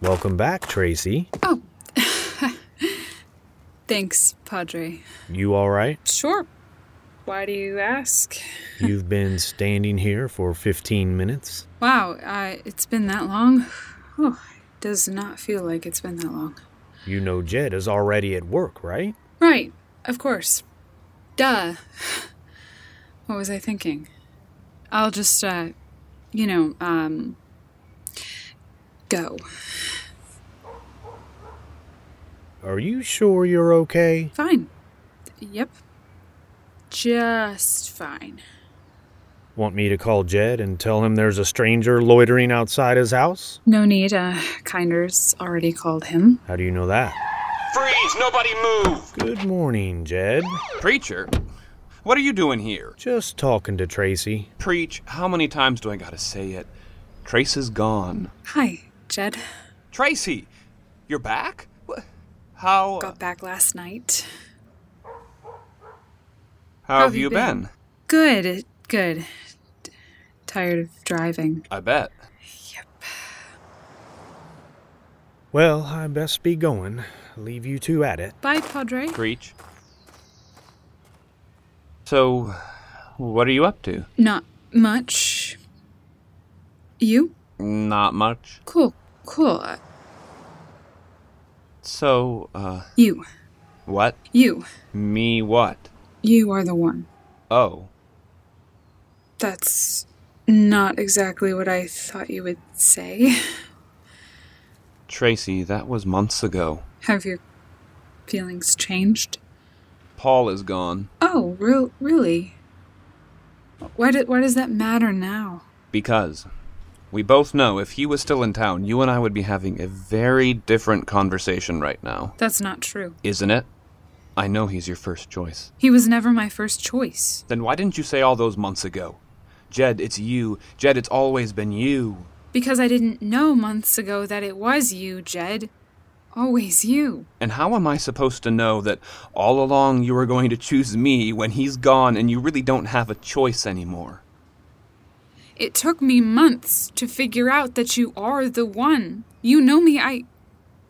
Welcome back, Tracy. Oh. Thanks, Padre. You all right? Sure. Why do you ask? You've been standing here for 15 minutes. Wow, uh, it's been that long? Oh, it does not feel like it's been that long. You know Jed is already at work, right? Right, of course. Duh. What was I thinking? I'll just, uh, you know, um, go. Are you sure you're okay? Fine. Yep. Just fine. Want me to call Jed and tell him there's a stranger loitering outside his house? No need. Uh, Kinder's already called him. How do you know that? Freeze! Nobody move! Good morning, Jed. Preacher, what are you doing here? Just talking to Tracy. Preach, how many times do I gotta say it? Trace is gone. Hi, Jed. Tracy! You're back? Wha- How, Got back last night. how have you been? Good, good. T- tired of driving. I bet. Well, I best be going. Leave you two at it. Bye, Padre. Preach. So, what are you up to? Not much. You? Not much. Cool, cool. Uh, So, uh, You, what? you, Me what? you are the one. Oh, That's not exactly what I thought you would say. Tracy, that was months ago. Have your feelings changed? Paul is gone. Oh, re- really? Why, do- why does that matter now? Because we both know if he was still in town, you and I would be having a very different conversation right now, That's not true. isn't it? I know he's your first choice. He was never my first choice. Then why didn't you say all those months ago? Jed, it's you. Jed, it's always been you. Because I didn't know months ago that it was you, Jed. Always you. And how am I supposed to know that all along you were going to choose me when he's gone and you really don't have a choice anymore? It took me months to figure out that you are the one. You know me, I.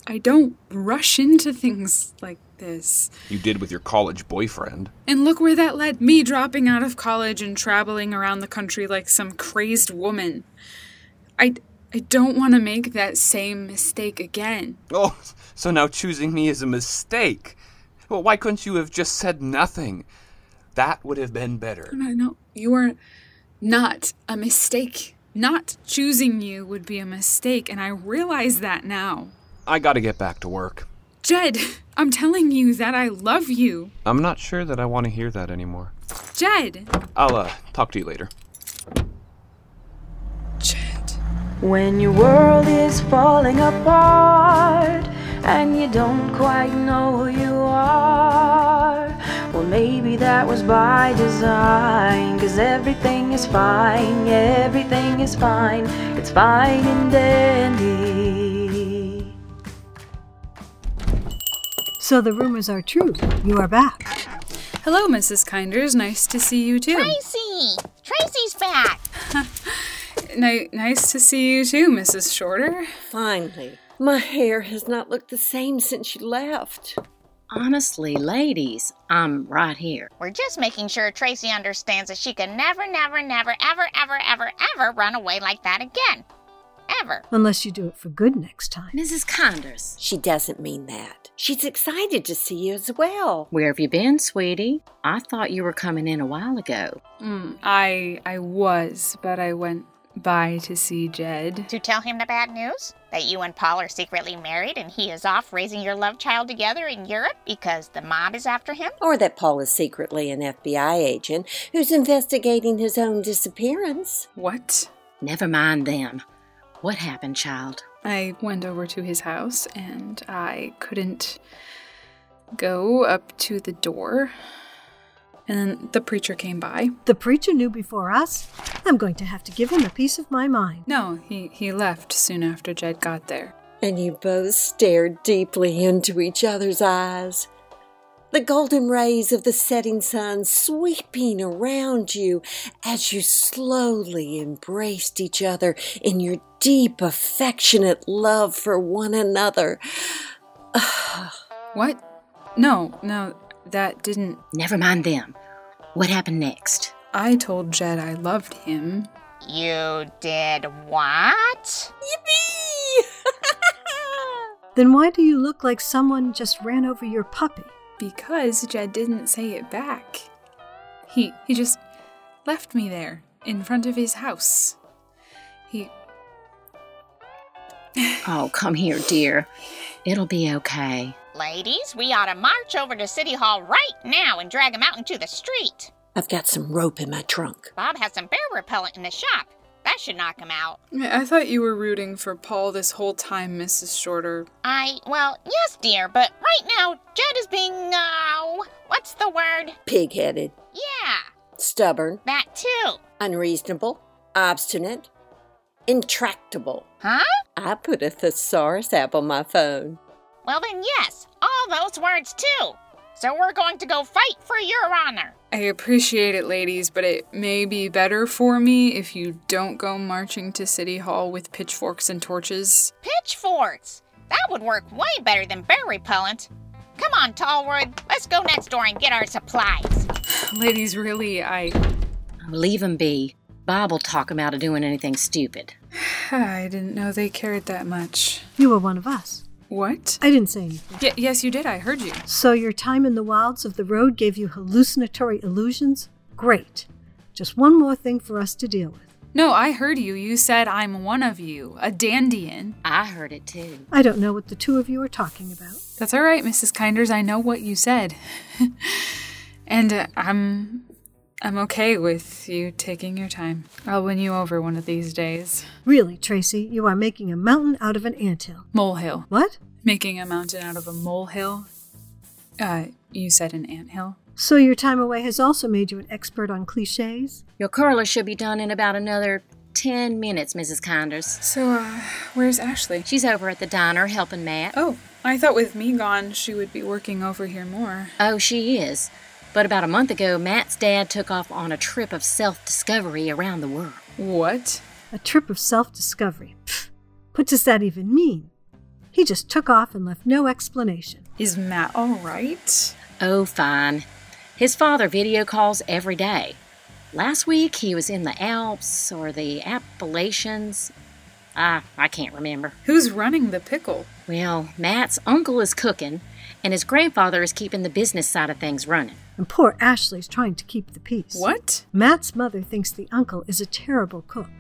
I don't rush into things like this. You did with your college boyfriend. And look where that led me dropping out of college and traveling around the country like some crazed woman. I. I don't want to make that same mistake again. Oh, so now choosing me is a mistake. Well, why couldn't you have just said nothing? That would have been better. No, no, you are not a mistake. Not choosing you would be a mistake, and I realize that now. I gotta get back to work. Jed, I'm telling you that I love you. I'm not sure that I want to hear that anymore. Jed! I'll uh, talk to you later. Jed. When your world is falling apart and you don't quite know who you are, well, maybe that was by design, 'cause everything is fine, everything is fine, it's fine and dandy. So the rumors are true. You are back. Hello, Mrs. Kinders. Nice to see you too. Tracy! Tracy's back! Ni- nice to see you too, Mrs. Shorter. Finally. My hair has not looked the same since you left. Honestly, ladies, I'm right here. We're just making sure Tracy understands that she can never, never, never, ever, ever, ever, ever run away like that again. Ever. Unless you do it for good next time. Mrs. Condors, She doesn't mean that. She's excited to see you as well. where have you been, sweetie? I thought you were coming in a while ago. Hmm. Mm, I I was, but I went by to see Jed. To tell him the bad news? That you and Paul are secretly married and he is off raising your love child together in Europe because the mob is after him? Or that Paul is secretly an FBI agent who's investigating his own disappearance. What? Never mind them. What happened, child? I went over to his house and I couldn't go up to the door. And then the preacher came by. The preacher knew before us. I'm going to have to give him a piece of my mind. No, he, he left soon after Jed got there. Oh, And you both stared deeply into each other's eyes. the golden rays of the setting sun sweeping around you as you slowly embraced each other in your deep, affectionate love for one another. What? No, no, that didn't. Never mind them. What happened next? I told Jed I loved him. You did what? Yippee! Then why do you look like someone just ran over your puppy? Because Jed didn't say it back. He he just left me there in front of his house. He Oh, come here, dear. It'll be okay. Ladies, we ought to march over to City Hall right now and drag him out into the street. I've got some rope in my trunk. Bob has some bear repellent in the shop. That should knock him out. I thought you were rooting for Paul this whole time, Mrs. Shorter. I, well, yes, dear, but right now, Jed is being, uh, what's the word? Pig headed, Yeah, stubborn, that too. unreasonable, obstinate, intractable. Huh? I put a thesaurus app on my phone. Well, then, yes, all those words too. So we're going to go fight for your honor. I appreciate it, ladies, but it may be better for me if you don't go marching to City Hall with pitchforks and torches. Pitchforks! That would work way better than bear repellent. Come on, Tallwood, let's go next door and get our supplies. Ladies, really, I Leave 'em be. Bob will talk 'em out of doing anything stupid. I didn't know they cared that much. You were one of us. What? I didn't say anything. Y- yes, you did. I heard you. So your time in the wilds of the road gave you hallucinatory illusions? Great. Just one more thing for us to deal with. No, I heard you. You said I'm one of you, a dandian. I heard it too. I don't know what the two of you are talking about. That's all right, Mrs. Kinders. I know what you said. and uh, I'm I'm okay with you taking your time. I'll win you over one of these days. Really, Tracy, you are making a mountain out of an anthill. Molehill. What? Making a mountain out of a molehill. Uh, you said an anthill. So your time away has also made you an expert on cliches? Your curler should be done in about another 10 minutes, Mrs. Kinders. So, uh, where's Ashley? She's over at the diner helping Matt. Oh, I thought with me gone, she would be working over here more. Oh, she is. But about a month ago, Matt's dad took off on a trip of self discovery around the world. What? A trip of self discovery. What does that even mean? He just took off and left no explanation. Is Matt all right? Oh, fine. His father video calls every day. Last week, he was in the Alps or the Appalachians. Ah, I can't remember. Who's running the pickle? Well, Matt's uncle is cooking, and his grandfather is keeping the business side of things running. And poor Ashley's trying to keep the peace. What? Matt's mother thinks the uncle is a terrible cook,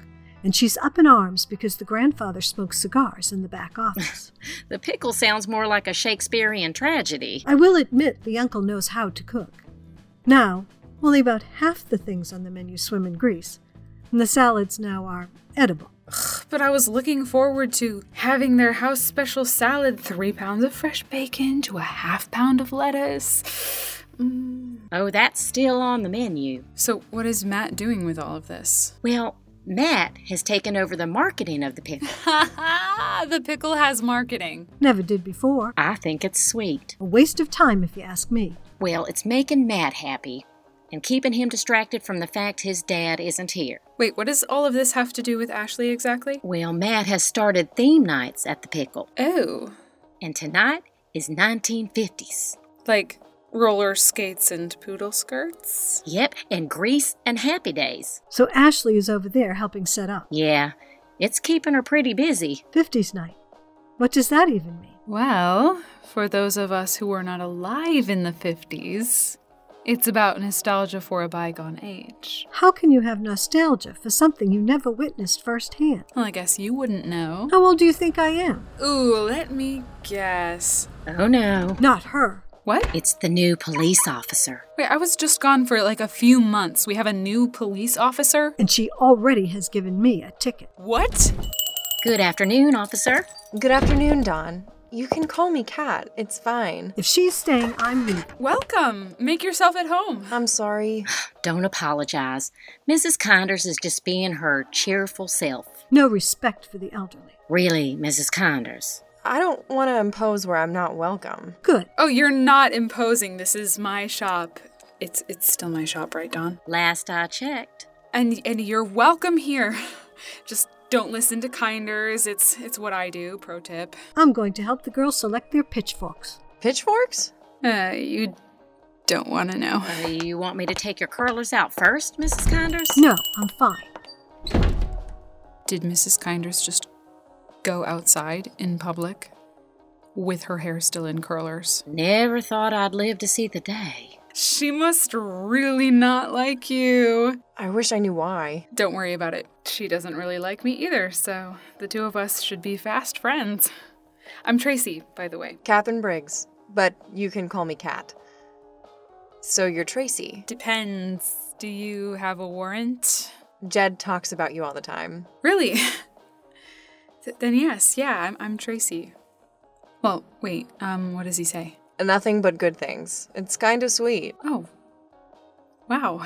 and she's up in arms because the grandfather smokes cigars in the back office. The pickle sounds more like a Shakespearean tragedy. I will admit the uncle knows how to cook. Now, only about half the things on the menu swim in grease, and the salads now are edible. But I was looking forward to having their house special salad three pounds of fresh bacon to a half pound of lettuce. Mm. Oh, that's still on the menu. So, what is Matt doing with all of this? Well, Matt has taken over the marketing of the pickle. the pickle has marketing. Never did before. I think it's sweet. A waste of time, if you ask me. Well, it's making Matt happy and keeping him distracted from the fact his dad isn't here. Wait, what does all of this have to do with Ashley exactly? Well, Matt has started theme nights at the pickle, Oh, and tonight is 1950s. like roller skates and poodle skirts? Yep, and Grease and Happy Days. So Ashley is over there helping set up. Yeah, it's keeping her pretty busy. 50s night. What does that even mean? Well, for those of us who were not alive in the 50s, it's about nostalgia for a bygone age. How can you have nostalgia for something you never witnessed firsthand? Well, I guess you wouldn't know. How old do you think I am? Ooh, let me guess. Oh no, Not her. What? it's the new police officer. Wait, I was just gone for like a few months. We have a new police officer? And she already has given me a ticket. What? Good afternoon, officer. Good afternoon, Dawn. You can call me Kat. It's fine. If she's staying, I'm leaving. Welcome. Make yourself at home. I'm sorry. Don't apologize. Mrs. Kinders is just being her cheerful self. No respect for the elderly. Really, Mrs. Kinders. I don't want to impose where I'm not welcome. Good. Oh, you're not imposing. This is my shop. It's it's still my shop, right, Don? Last I checked. And and you're welcome here. Just don't listen to kinders. It's it's what I do, pro tip. I'm going to help the girls select their pitchforks. Pitchforks? Uh, you don't want to know. Uh, you want me to take your curlers out first, Mrs. Kinders? No, I'm fine. Did Mrs. Kinders just go outside in public with her hair still in curlers? Never thought I'd live to see the day. She must really not like you. I wish I knew why. Don't worry about it. She doesn't really like me either, so the two of us should be fast friends. I'm Tracy, by the way. Catherine Briggs, but you can call me Kat. So you're Tracy. Depends. Do you have a warrant? Jed talks about you all the time. Really? Th- then yes, yeah, I'm, I'm Tracy. Well, wait, um, what does he say? Nothing but good things. It's kind of sweet. Oh. Wow.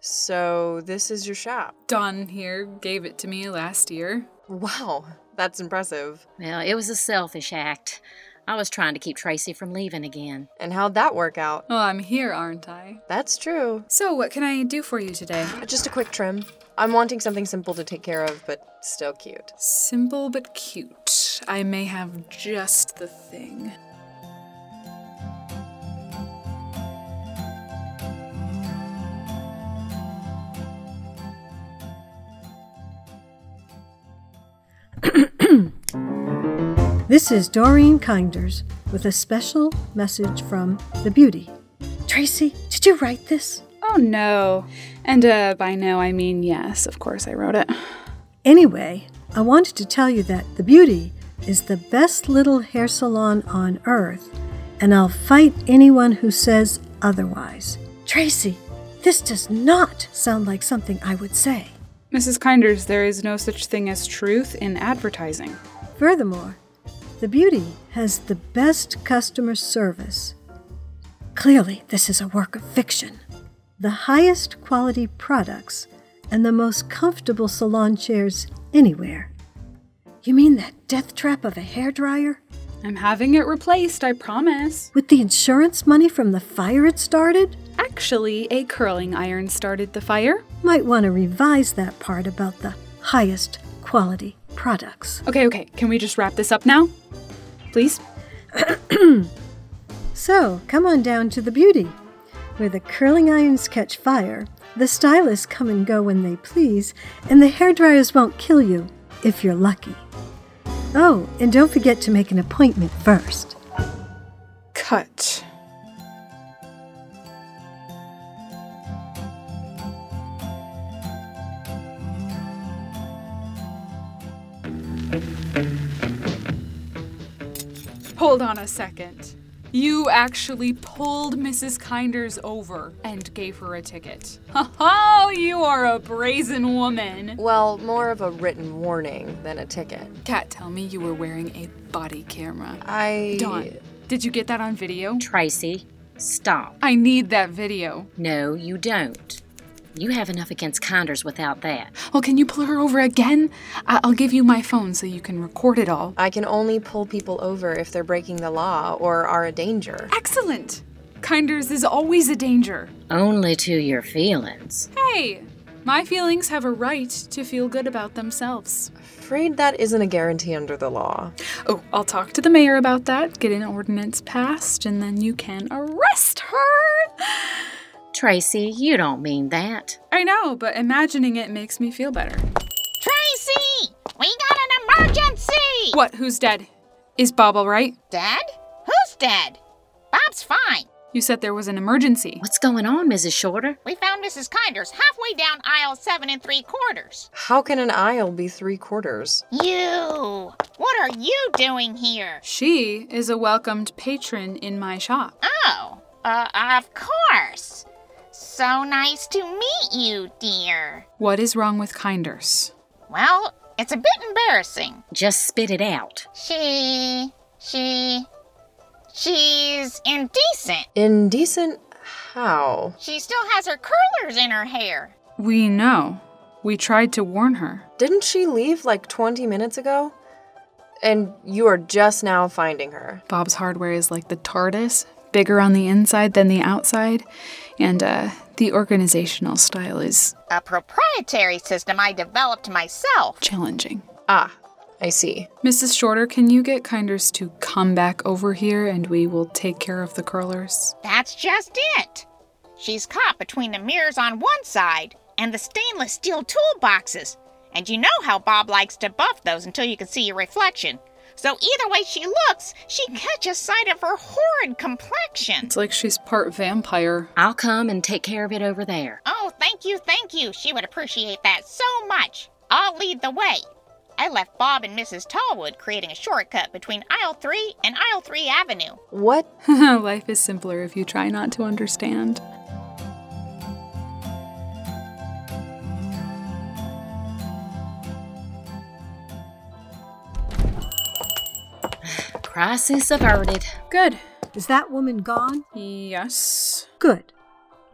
So this is your shop. Don here gave it to me last year. Wow, that's impressive. Well, it was a selfish act. I was trying to keep Tracy from leaving again. And how'd that work out? Well, I'm here, aren't I? That's true. So, what can I do for you today? Just a quick trim. I'm wanting something simple to take care of, but still cute. Simple but cute. I may have just the thing. This is Doreen Kinders with a special message from the beauty. Tracy, did you write this? Oh no. And uh, by no, I mean yes, of course I wrote it. Anyway, I wanted to tell you that the beauty is the best little hair salon on earth, and I'll fight anyone who says otherwise. Tracy, this does not sound like something I would say. Mrs. Kinders, there is no such thing as truth in advertising. Furthermore, the beauty has the best customer service. Clearly, this is a work of fiction. The highest quality products and the most comfortable salon chairs anywhere. You mean that death trap of a hairdryer? I'm having it replaced, I promise. With the insurance money from the fire it started? Actually, a curling iron started the fire. Might want to revise that part about the highest quality products. Okay, okay, can we just wrap this up now? Please? So, come on down to the beauty, where the curling irons catch fire, the stylists come and go when they please, and the hairdryers won't kill you if you're lucky. Oh, and don't forget to make an appointment first. Cut. Hold on a second. You actually pulled Mrs. Kinders over and gave her a ticket. Oh, you are a brazen woman. Well, more of a written warning than a ticket. Cat, tell me you were wearing a body camera. I. Don, did you get that on video? Tracy, stop. I need that video. No, you don't. You have enough against Kinders without that. Well, can you pull her over again? I- I'll give you my phone so you can record it all. I can only pull people over if they're breaking the law or are a danger. Excellent! Kinders is always a danger. Only to your feelings. Hey, my feelings have a right to feel good about themselves. Afraid that isn't a guarantee under the law. Oh, I'll talk to the mayor about that, get an ordinance passed, and then you can arrest her! Tracy, you don't mean that. I know, but imagining it makes me feel better. Tracy! We got an emergency! What? Who's dead? Is Bob alright? Dead? Who's dead? Bob's fine. You said there was an emergency. What's going on, Mrs. Shorter? We found Mrs. Kinders halfway down aisle seven and three quarters. How can an aisle be three quarters? You! What are you doing here? She is a welcomed patron in my shop. Oh, uh, of course. So nice to meet you, dear. What is wrong with Kinders? Well, it's a bit embarrassing. Just spit it out. She. she. she's indecent. Indecent? How? She still has her curlers in her hair. We know. We tried to warn her. Didn't she leave like 20 minutes ago? And you are just now finding her. Bob's Hardware is like the TARDIS, bigger on the inside than the outside, and uh, the organizational style is A proprietary system I developed myself. challenging. Ah, I see. Mrs. Shorter, can you get Kinders to come back over here and we will take care of the curlers? That's just it. She's caught between the mirrors on one side and the stainless steel toolboxes. And you know how Bob likes to buff those until you can see your reflection. So either way she looks, she catches sight of her horrid complexion. It's like she's part vampire. I'll come and take care of it over there. Oh, thank you, thank you. She would appreciate that so much. I'll lead the way. I left Bob and Mrs. Tallwood creating a shortcut between aisle 3 and aisle 3 Avenue. What? Life is simpler if you try not to understand. Crisis averted. Good. Is that woman gone? Yes. Good.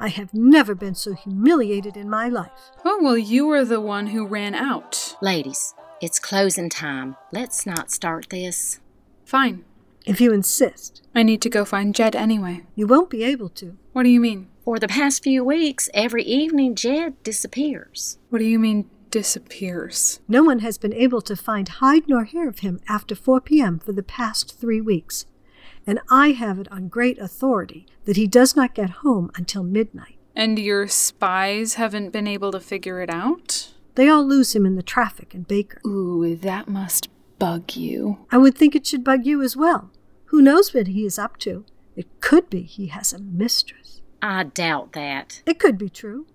I have never been so humiliated in my life. Oh, well, you were the one who ran out. Ladies, it's closing time. Let's not start this. Fine. If you insist, I need to go find Jed anyway. you won't be able to. What do you mean? For the past few weeks, every evening Jed disappears. What do you mean disappears? No one has been able to find hide nor hair of him after 4 p.m. for the past three weeks, and I have it on great authority that he does not get home until midnight. And your spies haven't been able to figure it out? They all lose him in the traffic and Baker. Ooh, that must bug you. I would think it should bug you as well. Who knows what he is up to? It could be he has a mistress. I doubt that. It could be true.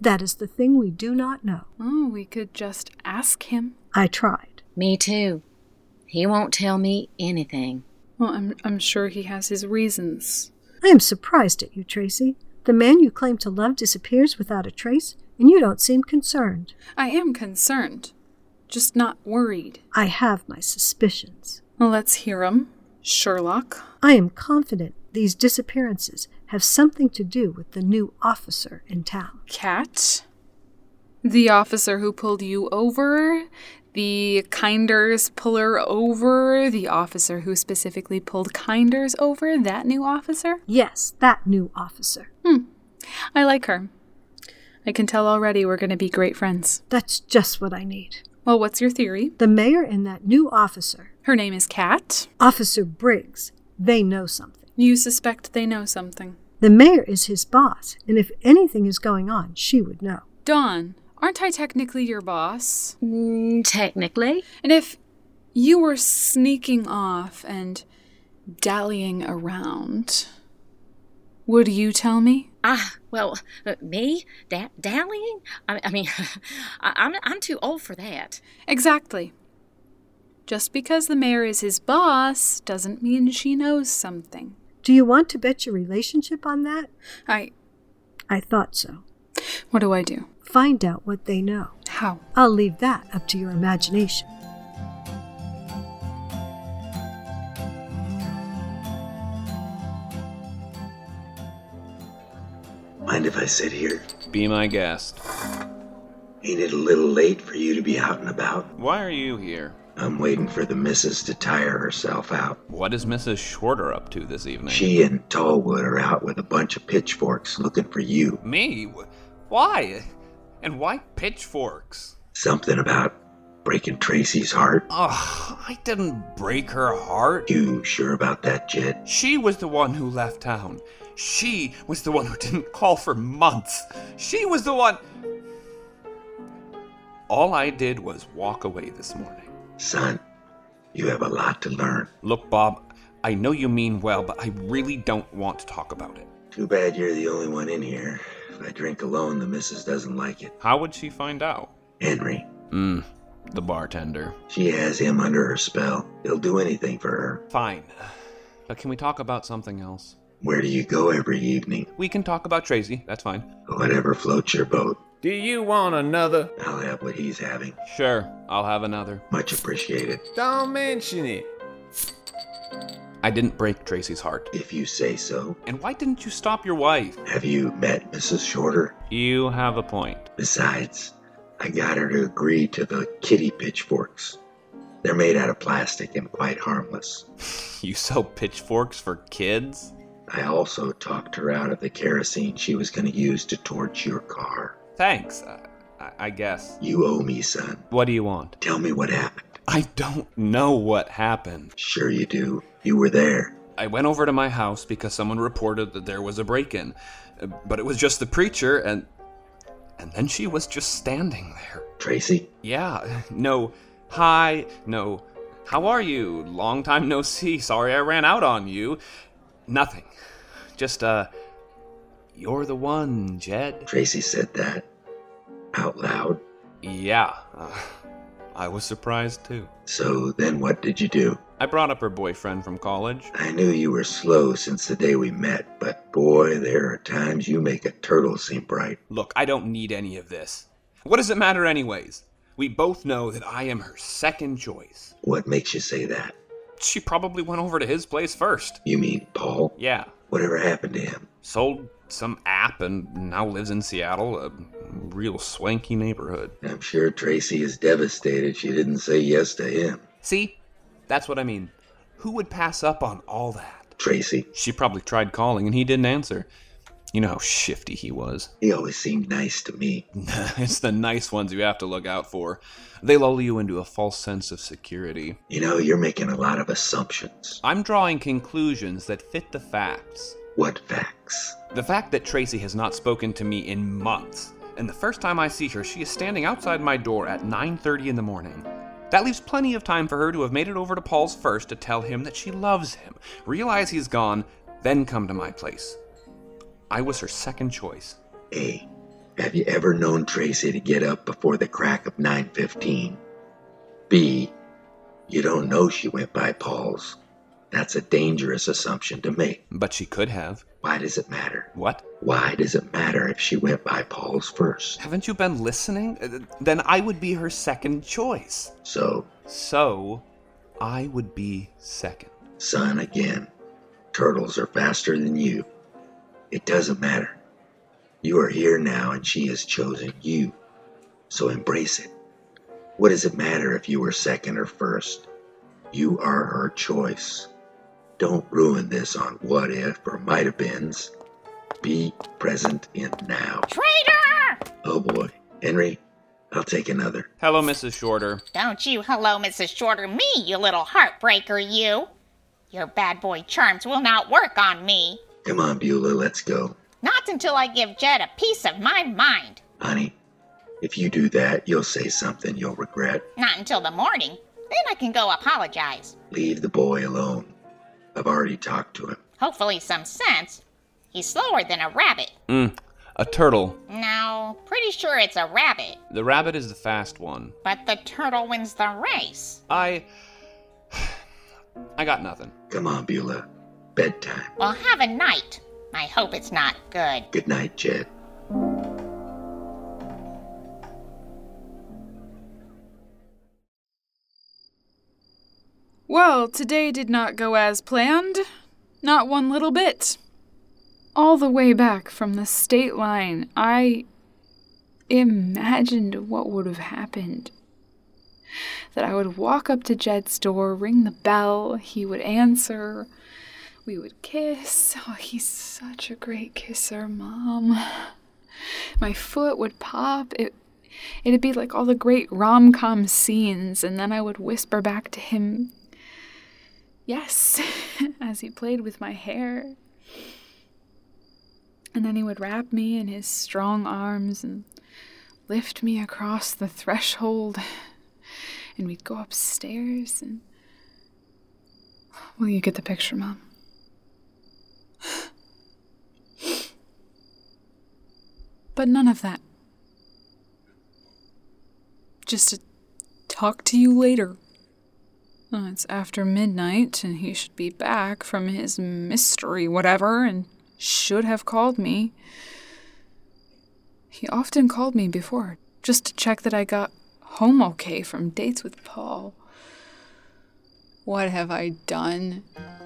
That is the thing we do not know. Oh, we could just ask him. I tried. Me too. He won't tell me anything. Well, I'm, I'm sure he has his reasons. I am surprised at you, Tracy. The man you claim to love disappears without a trace, and you don't seem concerned. I am concerned, just not worried. I have my suspicions. Well, let's hear him. Sherlock. I am confident these disappearances have something to do with the new officer in town. Cat. The officer who pulled you over. The kinders puller over. The officer who specifically pulled kinders over. That new officer. Yes, that new officer. Hmm. I like her. I can tell already we're going to be great friends. That's just what I need. Well, what's your theory? The mayor and that new officer, Her name is Cat. Officer Briggs, they know something. You suspect they know something. The mayor is his boss, and if anything is going on, she would know. Dawn, aren't I technically your boss? Mm, technically, And if you were sneaking off and dallying around, would you tell me? Ah, well, uh, me da- dallying. I, I mean, I, I'm I'm too old for that. Exactly. Just because the mayor is his boss doesn't mean she knows something. Do you want to bet your relationship on that? I. I thought so. What do I do? Find out what they know. How? I'll leave that up to your imagination. Mind if I sit here? Be my guest. Ain't it a little late for you to be out and about? Why are you here? I'm waiting for the missus to tire herself out. What is Mrs. Shorter up to this evening? She and Tallwood are out with a bunch of pitchforks looking for you. Me? Wh- Why? And why pitchforks? Something about breaking Tracy's heart. Ugh, I didn't break her heart. You sure about that, Jed? She was the one who left town. She was the one who didn't call for months. She was the one. All I did was walk away this morning. Son, you have a lot to learn. Look, Bob, I know you mean well, but I really don't want to talk about it. Too bad you're the only one in here. If I drink alone, the missus doesn't like it. How would she find out? Henry, Mmm, the bartender. she has him under her spell. He'll do anything for her. Fine. But can we talk about something else? Where do you go every evening? We can talk about Tracy, that's fine. Whatever floats your boat. Do you want another? I'll have what he's having. Sure, I'll have another. Much appreciated. Don't mention it. I didn't break Tracy's heart. If you say so. And why didn't you stop your wife? Have you met Mrs. Shorter? You have a point. Besides, I got her to agree to the kitty pitchforks. They're made out of plastic and quite harmless. You sell pitchforks for kids? I also talked her out of the kerosene she was going to use to torch your car. Thanks, I, I- I guess. You owe me, son. What do you want? Tell me what happened. I don't know what happened. Sure, you do. You were there. I went over to my house because someone reported that there was a break in, but it was just the preacher and. And then she was just standing there. Tracy, Yeah, no, hi, no, how are you? Long time no see. Sorry I ran out on you. Nothing. Just, uh, you're the one, Jed. Tracy said that out loud. Yeah, uh, I was surprised too. So then what did you do? I brought up her boyfriend from college. I knew you were slow since the day we met, but boy, there are times you make a turtle seem bright. Look, I don't need any of this. What does it matter, anyways? We both know that I am her second choice. What makes you say that? She probably went over to his place first. You mean Paul? Yeah, Whatever happened to him? sold some app and now lives in Seattle, a real swanky neighborhood. I'm sure Tracy is devastated she didn't say yes to him. See? That's what I mean. Who would pass up on all that? Tracy, She probably tried calling and he didn't answer. You know how shifty he was. he always seemed nice to me. it's the nice ones you have to look out for. They lull you into a false sense of security. You know, you're making a lot of assumptions. I'm drawing conclusions that fit the facts. What facts? The fact that Tracy has not spoken to me in months, and the first time I see her, she is standing outside my door at 9:30 in the morning. That leaves plenty of time for her to have made it over to Paul's first to tell him that she loves him, realize he's gone, then come to my place. I was her second choice. A. Have you ever known Tracy to get up before the crack of 9:15? B. You don't know she went by Paul's. That's a dangerous assumption to make. But she could have. Why does it matter? What? Why does it matter if she went by Paul's first? Haven't you been listening? Uh, Then I would be her second choice. So, So, I would be second. son, again, turtles are faster than you. It doesn't matter. You are here now and she has chosen you. So embrace it. What does it matter if you were second or first? You are her choice. Don't ruin this on what if or might have beens. Be present in now. Traitor! Oh boy. Henry, I'll take another. Hello, Mrs. Shorter. Don't you hello, Mrs. Shorter, me, you little heartbreaker, you. Your bad boy charms will not work on me. Come on, Beulah, let's go. Not until I give Jed a piece of my mind. Honey, if you do that, you'll say something you'll regret. Not until the morning. Then I can go apologize. Leave the boy alone. I've already talked to him. Hopefully, some sense. He's slower than a rabbit. Mm, a turtle. No, pretty sure it's a rabbit, The rabbit is the fast one. but the turtle wins the race. I. I got nothing. Come on, Beulah. Bedtime. Well, have a night. I hope it's not good. Good night, Jed. Well, today did not go as planned. Not one little bit. All the way back from the state line, I imagined what would have happened. That I would walk up to Jed's door, ring the bell, he would answer, we would kiss. Oh, he's such a great kisser, Mom. My foot would pop. It It'd be like all the great rom com scenes, and then I would whisper back to him, Yes, as he played with my hair. And then he would wrap me in his strong arms and lift me across the threshold. And we'd go upstairs and. Well, you get the picture, Mom. But none of that just to talk to you later. Uh, It's after midnight, and he should be back from his mystery whatever and should have called me. He often called me before, just to check that I got home okay from dates with Paul. What have I done?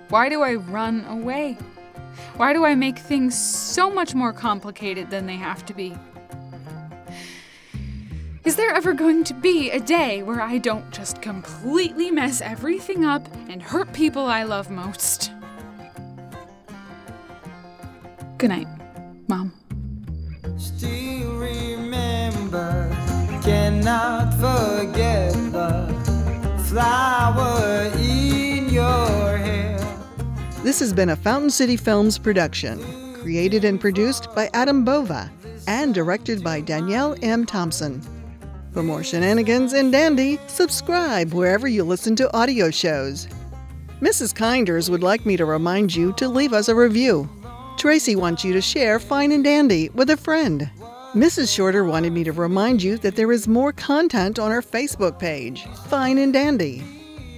Why do I run away? Why do I make things so much more complicated than they have to be? Is there ever going to be a day where I don't just completely mess everything up and hurt people I love most? Good night, Mom. Still remember, cannot forget the flower in your hair. This has been a Fountain City Films production, created and produced by Adam Bova and directed by Danielle M. Thompson. For more shenanigans and dandy, subscribe wherever you listen to audio shows. Mrs. Kinders would like me to remind you to leave us a review. Tracy wants you to share Fine and Dandy with a friend. Mrs. Shorter wanted me to remind you that there is more content on our Facebook page, Fine and Dandy,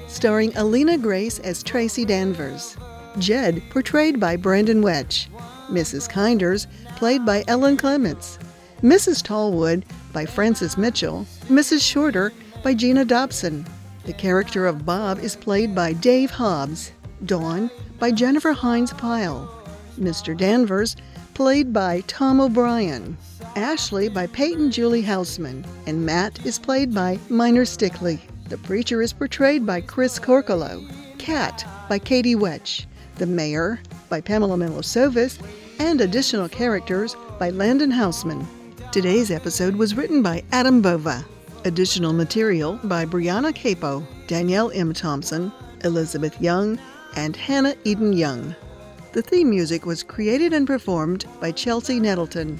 starring Alina Grace as Tracy Danvers, Jed, portrayed by Brandon Wetch, Mrs. Kinders, played by Ellen Clements, Mrs. Tallwood by Frances Mitchell, Mrs. Shorter by Gina Dobson. The character of Bob is played by Dave Hobbs, Dawn by Jennifer Hines Pyle, Mr. Danvers played by Tom O'Brien, Ashley by Peyton Julie Houseman, and Matt is played by Minor Stickley. The preacher is portrayed by Chris Corcolo, Cat by Katie Wetch, the mayor by Pamela Milosevis, and additional characters by Landon Houseman. Today's episode was written by Adam Bova. Additional material by Brianna Capo, Danielle M. Thompson, Elizabeth Young, and Hannah Eden Young. The theme music was created and performed by Chelsea Nettleton.